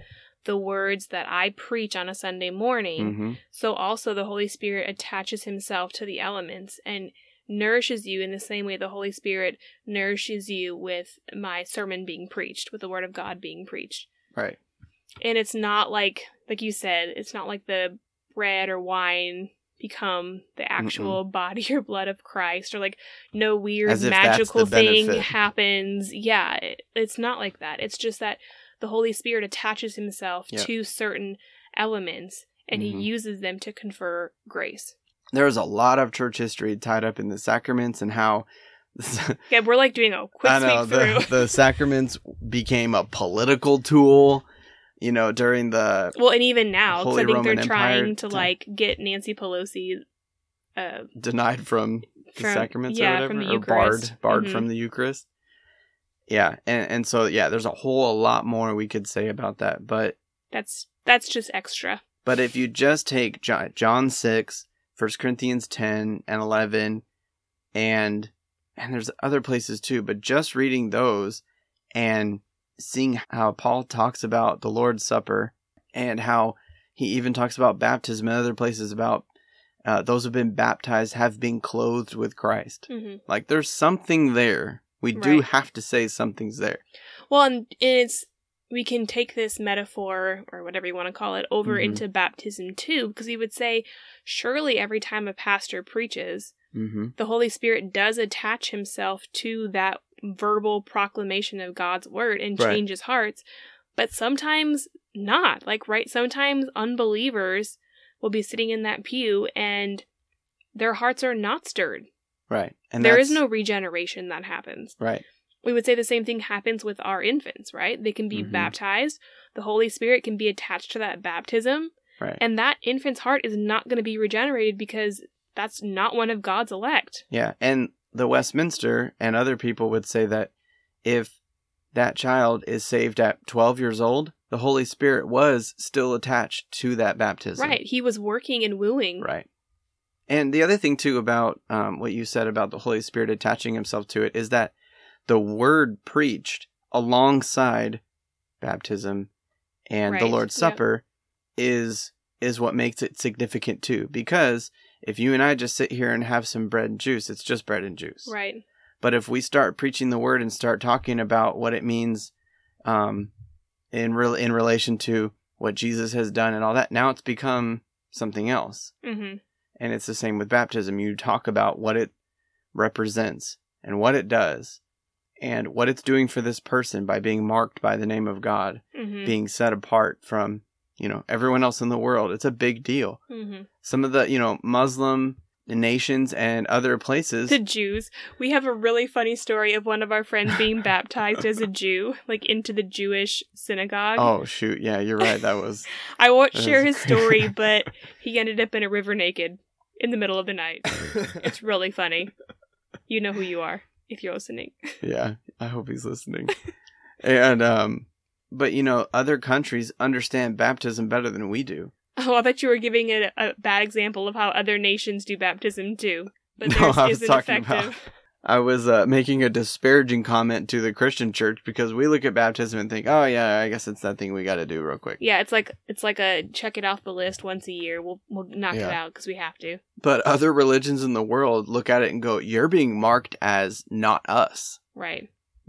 the words that I preach on a Sunday morning, Mhm. so also the Holy Spirit attaches himself to the elements and nourishes you in the same way the Holy Spirit nourishes you with my sermon being preached, with the Word of God being preached. Right. and it's not like like you said it's not like the bread or wine become the actual (laughs) body or blood of christ or like no weird As if that's magical the thing benefit. happens yeah it, it's not like that it's just that the holy spirit attaches himself Yep. to certain elements and Mhm. he uses them to confer grace There's a lot of church history tied up in the sacraments and how (laughs) yeah we're like doing a quick I know sweep through (laughs) the, the sacraments became a political tool, you know, during the well and even now 'cause Holy i think Roman they're Empire trying to time. like get nancy pelosi uh denied from the From- sacraments yeah, or whatever, from the or barred, Eucharist. barred Mhm. from the Eucharist. Yeah, and and so yeah, there's a whole lot more we could say about that, but that's that's just extra but if you just take John, John 6, 1 Corinthians 10 and 11 and and there's other places too, but just reading those and seeing how Paul talks about the Lord's Supper and how he even talks about baptism and other places about uh, those who've been baptized have been clothed with Christ. hmm Like there's something there. We do Right. have to say something's there. Well, and it's we can take this metaphor or whatever you want to call it over Mhm. into baptism too, because he would say, surely every time a pastor preaches, Mm-hmm. the Holy Spirit does attach himself to that verbal proclamation of God's word and Right. changes hearts, but sometimes not. Like right, sometimes unbelievers will be sitting in that pew and their hearts are not stirred. Right. And there that's, is no regeneration that happens. right. we would say the same thing happens with our infants, right? They can be Mm-hmm. Mhm. baptized. The Holy Spirit can be attached to that baptism. Right. And that infant's heart is not going to be regenerated because that's not one of God's elect. Yeah, and the Westminster and other people would say that if that child is saved at 12 years old, the Holy Spirit was still attached to that baptism. Right. He was working and wooing. Right. And the other thing, too, about um, what you said about the Holy Spirit attaching himself to it is that the word preached alongside baptism and the Right, Lord's yeah. Supper is is what makes it significant too because if you and I just sit here and have some bread and juice it's just bread and juice Right. but if we start preaching the word and start talking about what it means um, in real in relation to what Jesus has done and all that, now it's become something else. hmm And it's the same with baptism. You talk about what it represents and what it does and what it's doing for this person by being marked by the name of God, hmm being set apart from, you know, everyone else in the world. It's a big deal. hmm Some of the, you know, Muslim nations and other places To Jews, we have a really funny story of one of our (laughs) friends being baptized as a Jew, like into the Jewish synagogue. Oh shoot, yeah, you're right. That was I won't That share is his (laughs) story, but he ended up in a river naked in the middle of the (laughs) night. It's really funny. You know who you are if you're listening. (laughs) yeah i hope he's listening and um but you know other countries understand baptism better than we do Oh, I thought you were giving a, a bad example of how other nations do baptism too, but No, theirs I was isn't talking effective. i was uh, making a disparaging comment to the christian church because we look at baptism and think oh yeah i guess it's that thing we got to do real quick Yeah, it's like it's like a check it off the list once a year. We'll we'll knock Yeah. it out because we have to. but other religions in the world look at it and go you're being marked as not us Right.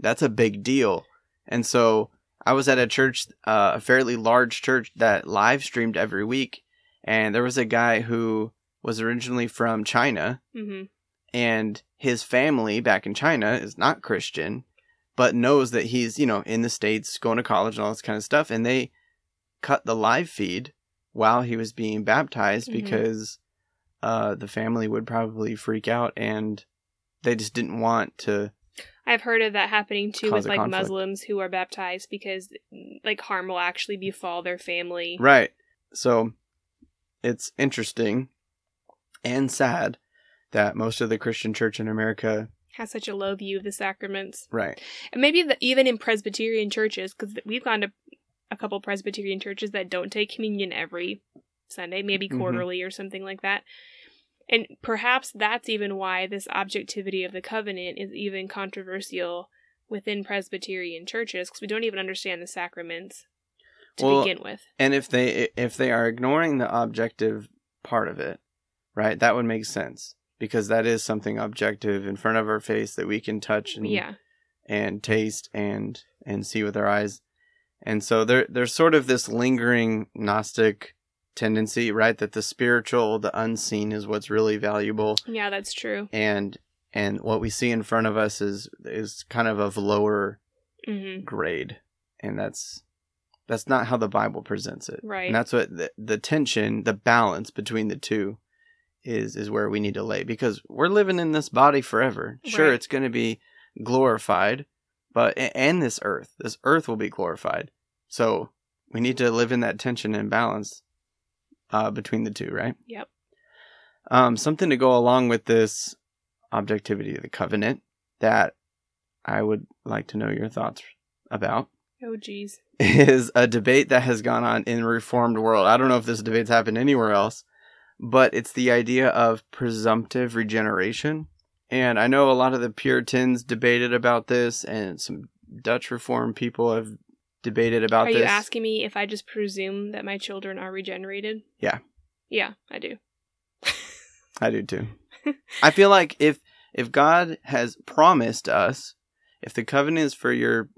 that's a big deal. And so I was at a church, uh, a fairly large church that live streamed every week. And there was a guy who was originally from China, hmm and his family back in China is not Christian, but knows that he's, you know, in the States going to college and all this kind of stuff. And they cut the live feed while he was being baptized Mhm. because uh, the family would probably freak out and they just didn't want to I've heard of that happening too Cause with a like conflict. Muslims who are baptized because like harm will actually befall their family. Right. So it's interesting and sad that most of the Christian church in America, Has such a low view of the sacraments. right, And maybe the, even in Presbyterian churches, because we've gone to a couple Presbyterian churches that don't take communion every Sunday, maybe Mhm. quarterly or something like that. And perhaps that's even why this objectivity of the covenant is even controversial within Presbyterian churches, because we don't even understand the sacraments to Well, begin with. and if they if they are ignoring the objective part of it, right, that would make sense because that is something objective in front of our face that we can touch and Yeah. and taste and and see with our eyes. And so there there's sort of this lingering gnostic tendency, right, that the spiritual, the unseen is what's really valuable. Yeah, that's true. and and what we see in front of us is is kind of of lower hmm grade and that's that's not how the bible presents it Right. and that's what the, the tension the balance between the two is is where we need to lay because we're living in this body forever sure Right. it's going to be glorified but a- and this earth this earth will be glorified so we need to live in that tension and balance uh, between the two right Yep. um, something to go along with this objectivity of the covenant that I would like to know your thoughts about Oh, geez. is a debate that has gone on in the reformed world. I don't know if this debate's happened anywhere else, but it's the idea of presumptive regeneration. And I know a lot of the Puritans debated about this, and some Dutch reformed people have debated about Are this. you asking me if I just presume that my children are regenerated? Yeah. Yeah, I do. I do (laughs) too. I feel like if if God has promised us, if the covenant is for your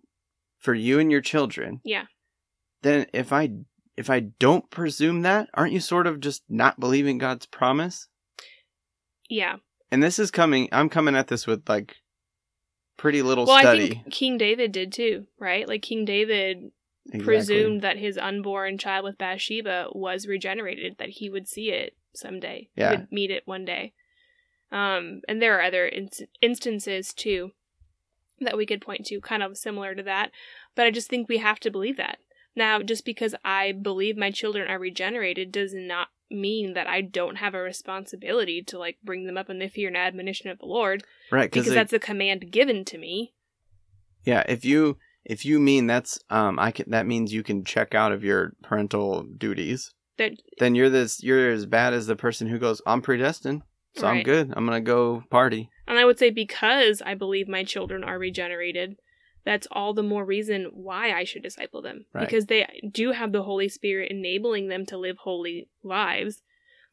for you and your children, Yeah. then if I if I don't presume that, aren't you sort of just not believing God's promise? Yeah. And this is coming I'm coming at this with like pretty little well, study. I think King David did too, right? Like King David Exactly. presumed that his unborn child with Bathsheba was regenerated, that he would see it someday, Yeah. he would meet it one day. Um, and there are other ins- instances too. that we could point to, kind of similar to that. But I just think we have to believe that. Now, just because I believe my children are regenerated does not mean that I don't have a responsibility to like bring them up in the fear and admonition of the Lord Right, because it- that's a command given to me. Yeah, if you if you mean that's um I can that means you can check out of your parental duties. That- then you're this you're as bad as the person who goes I'm predestined. So I'm Right. good. I'm going to go party. And I would say because I believe my children are regenerated, that's all the more reason why I should disciple them Right. because they do have the Holy Spirit enabling them to live holy lives.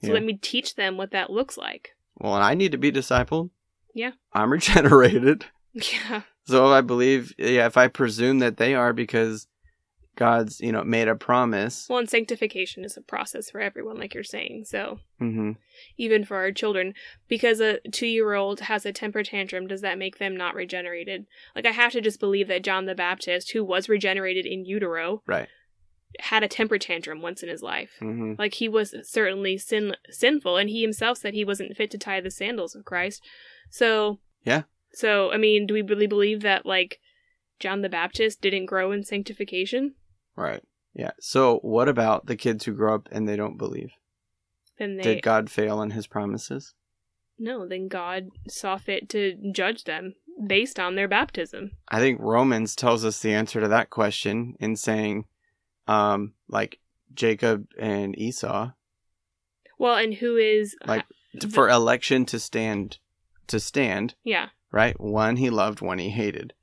So Yeah. let me teach them what that looks like. (laughs) Well, and I need to be discipled. Yeah. I'm (laughs) regenerated. Yeah. So I believe yeah, if I presume that they are because God's, you know, made a promise. Well, and sanctification is a process for everyone, like you're saying. So Mhm. even for our children. Because a two year old has a temper tantrum, does that make them not regenerated? Like, I have to just believe that John the Baptist, who was regenerated in utero, Right. had a temper tantrum once in his life. Mhm. Like, he was certainly sin- sinful, and he himself said he wasn't fit to tie the sandals of Christ. So, Yeah. So, I mean, do we really believe that, like, John the Baptist didn't grow in sanctification? Right. Yeah. So what about the kids who grow up and they don't believe? Then they. Did God fail in his promises? No, then God saw fit to judge them based on their baptism. I think Romans tells us the answer to that question in saying, um, like Jacob and Esau, Well, and who is Like- t- for election to stand, to stand, yeah? right? One he loved, one he hated,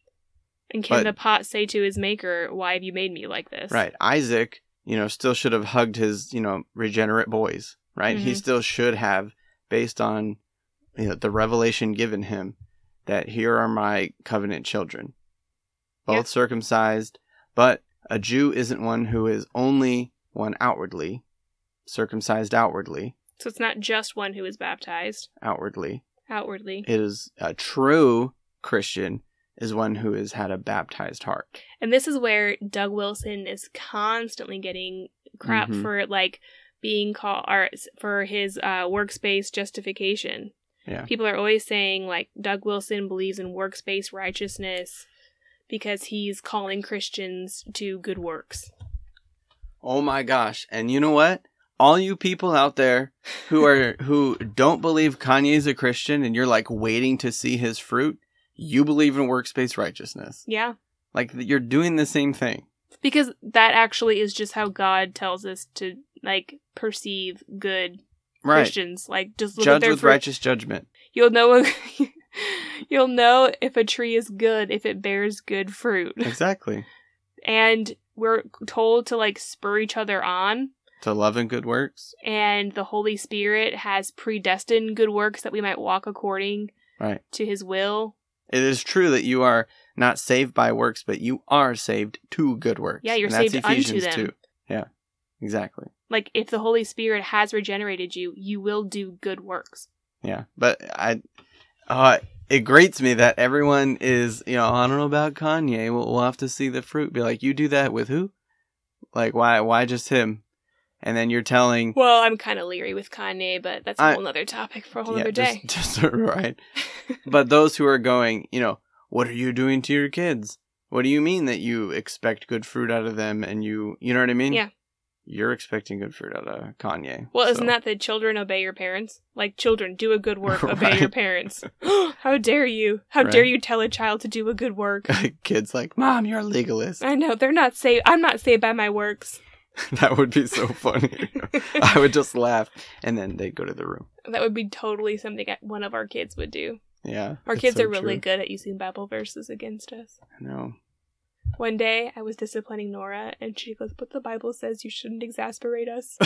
And can but- the pot say to his maker, "Why have you made me like this?" right? Isaac, you know, still should have hugged his, you know, regenerate boys, right? He Mhm. still should have, based on you know, the revelation given him, that here are my covenant children, both Yeah. circumcised, but a Jew isn't one who is only one outwardly, circumcised outwardly, So it's not just one who is baptized outwardly. outwardly, It is a true Christian is one who has had a baptized heart. and this is where Doug Wilson is constantly getting crap Mhm. for like being called or for his uh, workspace justification. Yeah. People are always saying like Doug Wilson believes in workspace righteousness because he's calling Christians to good works. Oh my gosh. And you know what? All you people out there (laughs) who are who don't believe Kanye's a Christian and you're like waiting to see his fruit, you believe in workspace righteousness. Yeah. Like you're doing the same thing. because that actually is just how God tells us to like perceive good Right. Christians. Like just look at Judge their with fruit. righteous (laughs) judgment. You'll know you'll know if a tree is good if it bears good fruit. Exactly. And we're told to like spur each other on to love and good works. and the Holy Spirit has predestined good works that we might walk according Right. to his will. It is true that you are not saved by works, but you are saved to good works. Yeah, you're and that's saved unto Ephesians them. 2. Yeah. Exactly. Like if the Holy Spirit has regenerated you, you will do good works. Yeah, but I, uh, it grates me that everyone is, you know, I don't know about Kanye. We'll, we'll have to see the fruit. Be like, you do that with who? Like, why? Why just him? And then you're telling, Well, I'm kind of leery with Kanye, but that's I- a whole nother topic for a whole other day. (laughs) Just, just right. (laughs) but those who are going, you know, what are you doing to your kids? What do you mean that you expect good fruit out of them? And you, you know what I mean? Yeah. You're expecting good fruit out of Kanye. Well, so- isn't that that children obey your parents? Like children, do a good work, obey (laughs) your Right. parents. (gasps) How dare you? How dare Right. you tell a child to do a good work? (laughs) kids like, mom, you're a (laughs) legalist. I know they're not saved. I'm not saved by (laughs) my works. (laughs) that would be so funny. (laughs) I would just laugh, and then they'd go to the room. That would be totally something that one of our kids would do. Yeah, Our it's kids so are really true. good at using Bible verses against us. I (laughs) know. One day, I was disciplining Nora, and she goes, "But the Bible says you shouldn't exasperate us."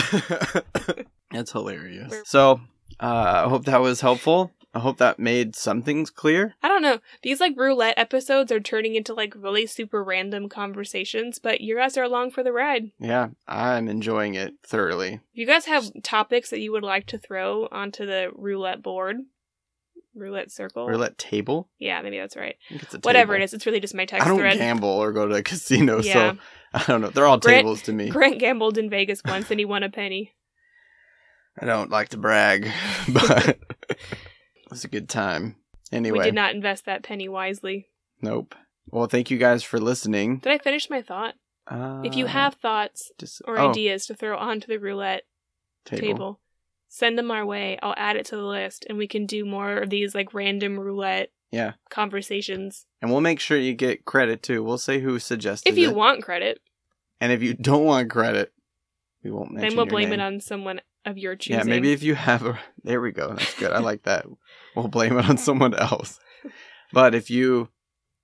That's hilarious. We're- So uh, I hope that was helpful. I hope that made some things clear. I don't know. These like roulette episodes are turning into like really super random conversations, but you guys are along for the ride. Yeah, I'm enjoying it thoroughly. If you guys have topics that you would like to throw onto the roulette board, roulette circle, Roulette table. yeah, maybe that's right. I think it's a Whatever it table. is, it's really just my text I don't thread. gamble or go to a casino, (laughs) Yeah. so I don't know. They're all Grant- tables to me. Grant gambled in Vegas once and he won a penny. I don't like to brag, (laughs) but it was a good time. Anyway, We did not invest that penny wisely. Nope. Well, thank you guys for listening. Did I finish my thought? Uh, if you have thoughts dis- or oh, ideas to throw onto the roulette table. send them our way. I'll add it to the list and we can do more of these like random roulette Yeah. conversations. and we'll make sure you get credit too. We'll say who suggested If you it. want credit, and if you don't want credit, we won't mention. then we'll your blame name. it on someone of your choosing. Yeah, maybe if you have a there we go. That's good. I like that. We'll blame it on someone else. But if you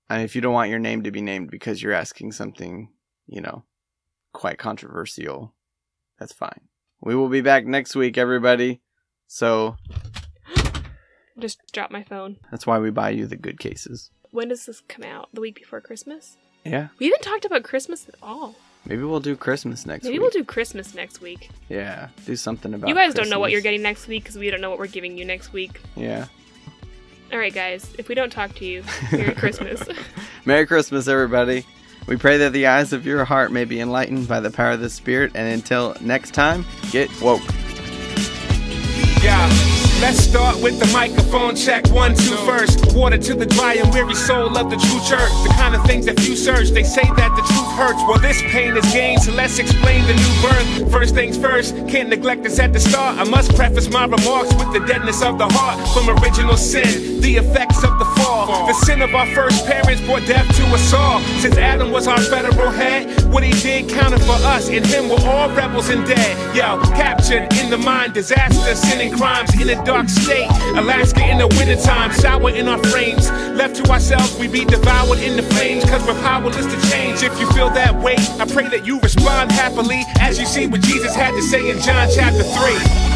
I mean, if you don't want your name to be named because you're asking something, you know, quite controversial, that's fine. We will be back next week, everybody. So Just drop my phone. that's why we buy you the good cases. When does this come out? The week before Christmas? Yeah. We haven't talked about Christmas at all. Maybe we'll do Christmas next maybe week. we'll do Christmas next week. Yeah. Do something about you guys don't know what you're Christmas. getting next week because we don't know what we're giving you next week. Yeah. All right, guys. If we don't talk to you, Merry Christmas. Merry Christmas, everybody. We pray that the eyes of your heart may be enlightened by the power of the Spirit. And until next time, get woke. Yeah. Let's start with the microphone check. One, two, first. Water to the dry and weary soul of the true church. The kind of things that few search. They say that the truth hurts. Well, this pain is gain, so let's explain the new birth. First things first, can't neglect this at the start. I must preface my remarks with the deadness of the heart from original sin, the effects of the fall. The sin of our first parents brought death to us all. Since Adam was our federal head, what he did counted for us. In him were all rebels and dead. Yo, captured in the mind, disaster, sin and crimes in a dark state. Alaska in the wintertime, sour in our frames. Left to ourselves, we be devoured in the flames, cause we're powerless to change. If you feel that way, I pray that you respond happily as you see what Jesus had to say in John chapter 3.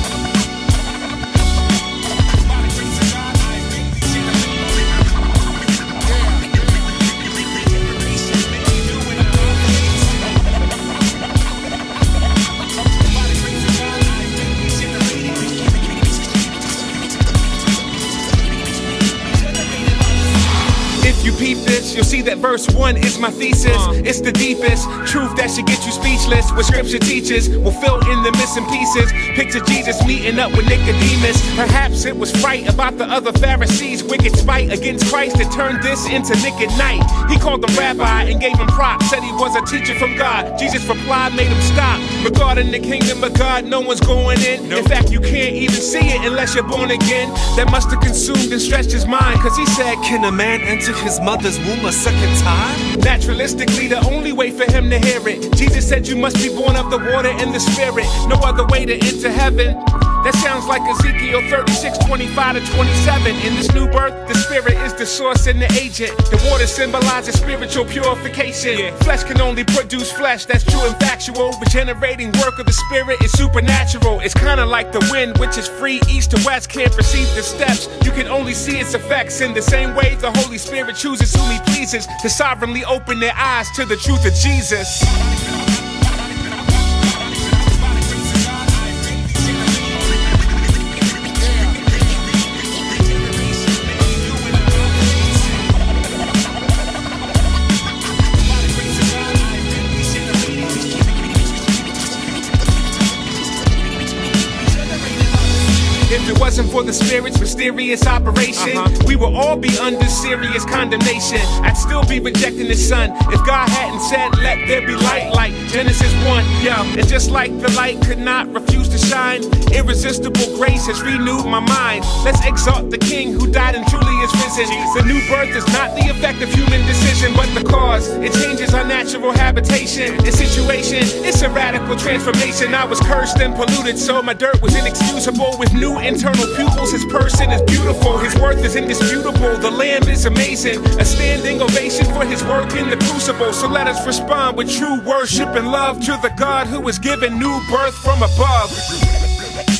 If you peep this, you'll see that verse 1 is my thesis. It's the deepest truth that should get you speechless. What scripture teaches will fill in the missing pieces. Picture Jesus meeting up with Nicodemus. Perhaps it was fright about the other Pharisees' wicked spite against Christ that turned this into naked night. He called them rabbi and gave him props, said he was a teacher from God. Jesus replied, made him stop. Regarding the kingdom of God, no one's going in. In fact, you can't even see it unless you're born again. That must have consumed and stretched his mind, cause he said, Can a man enter his mother's womb a second time? Naturalistically, the only way for him to hear it. Jesus said, You must be born of the water and the spirit. No other way to enter heaven. That sounds like Ezekiel 36, 25 to 27. In this new birth, the spirit is the source and the agent. The water symbolizes spiritual purification. Flesh can only produce flesh, that's true and factual. Regenerating work of the spirit is supernatural. It's kinda like the wind, which is free. East to west can't perceive the steps. You can only see its effects in the same way the Holy Spirit chooses whom he pleases to sovereignly open their eyes to the truth of Jesus. If it wasn't for the Spirit's mysterious operation, we would all be under serious condemnation. I'd still be rejecting the Son if God hadn't said, Let there be light, like Genesis 1. Yo, and just like the light could not refuse to shine, irresistible grace has renewed my mind. Let's exalt the King who died and truly is risen. The new birth is not the effect of human decision, but the cause. It changes our natural habitation and situation. It's a radical transformation. I was cursed and polluted, so my dirt was inexcusable. With new internal pupils, his person is beautiful. His worth is indisputable. The lamb is amazing. A standing ovation for his work in the crucible. So let us respond with true worship and love to the God who has given new birth from above.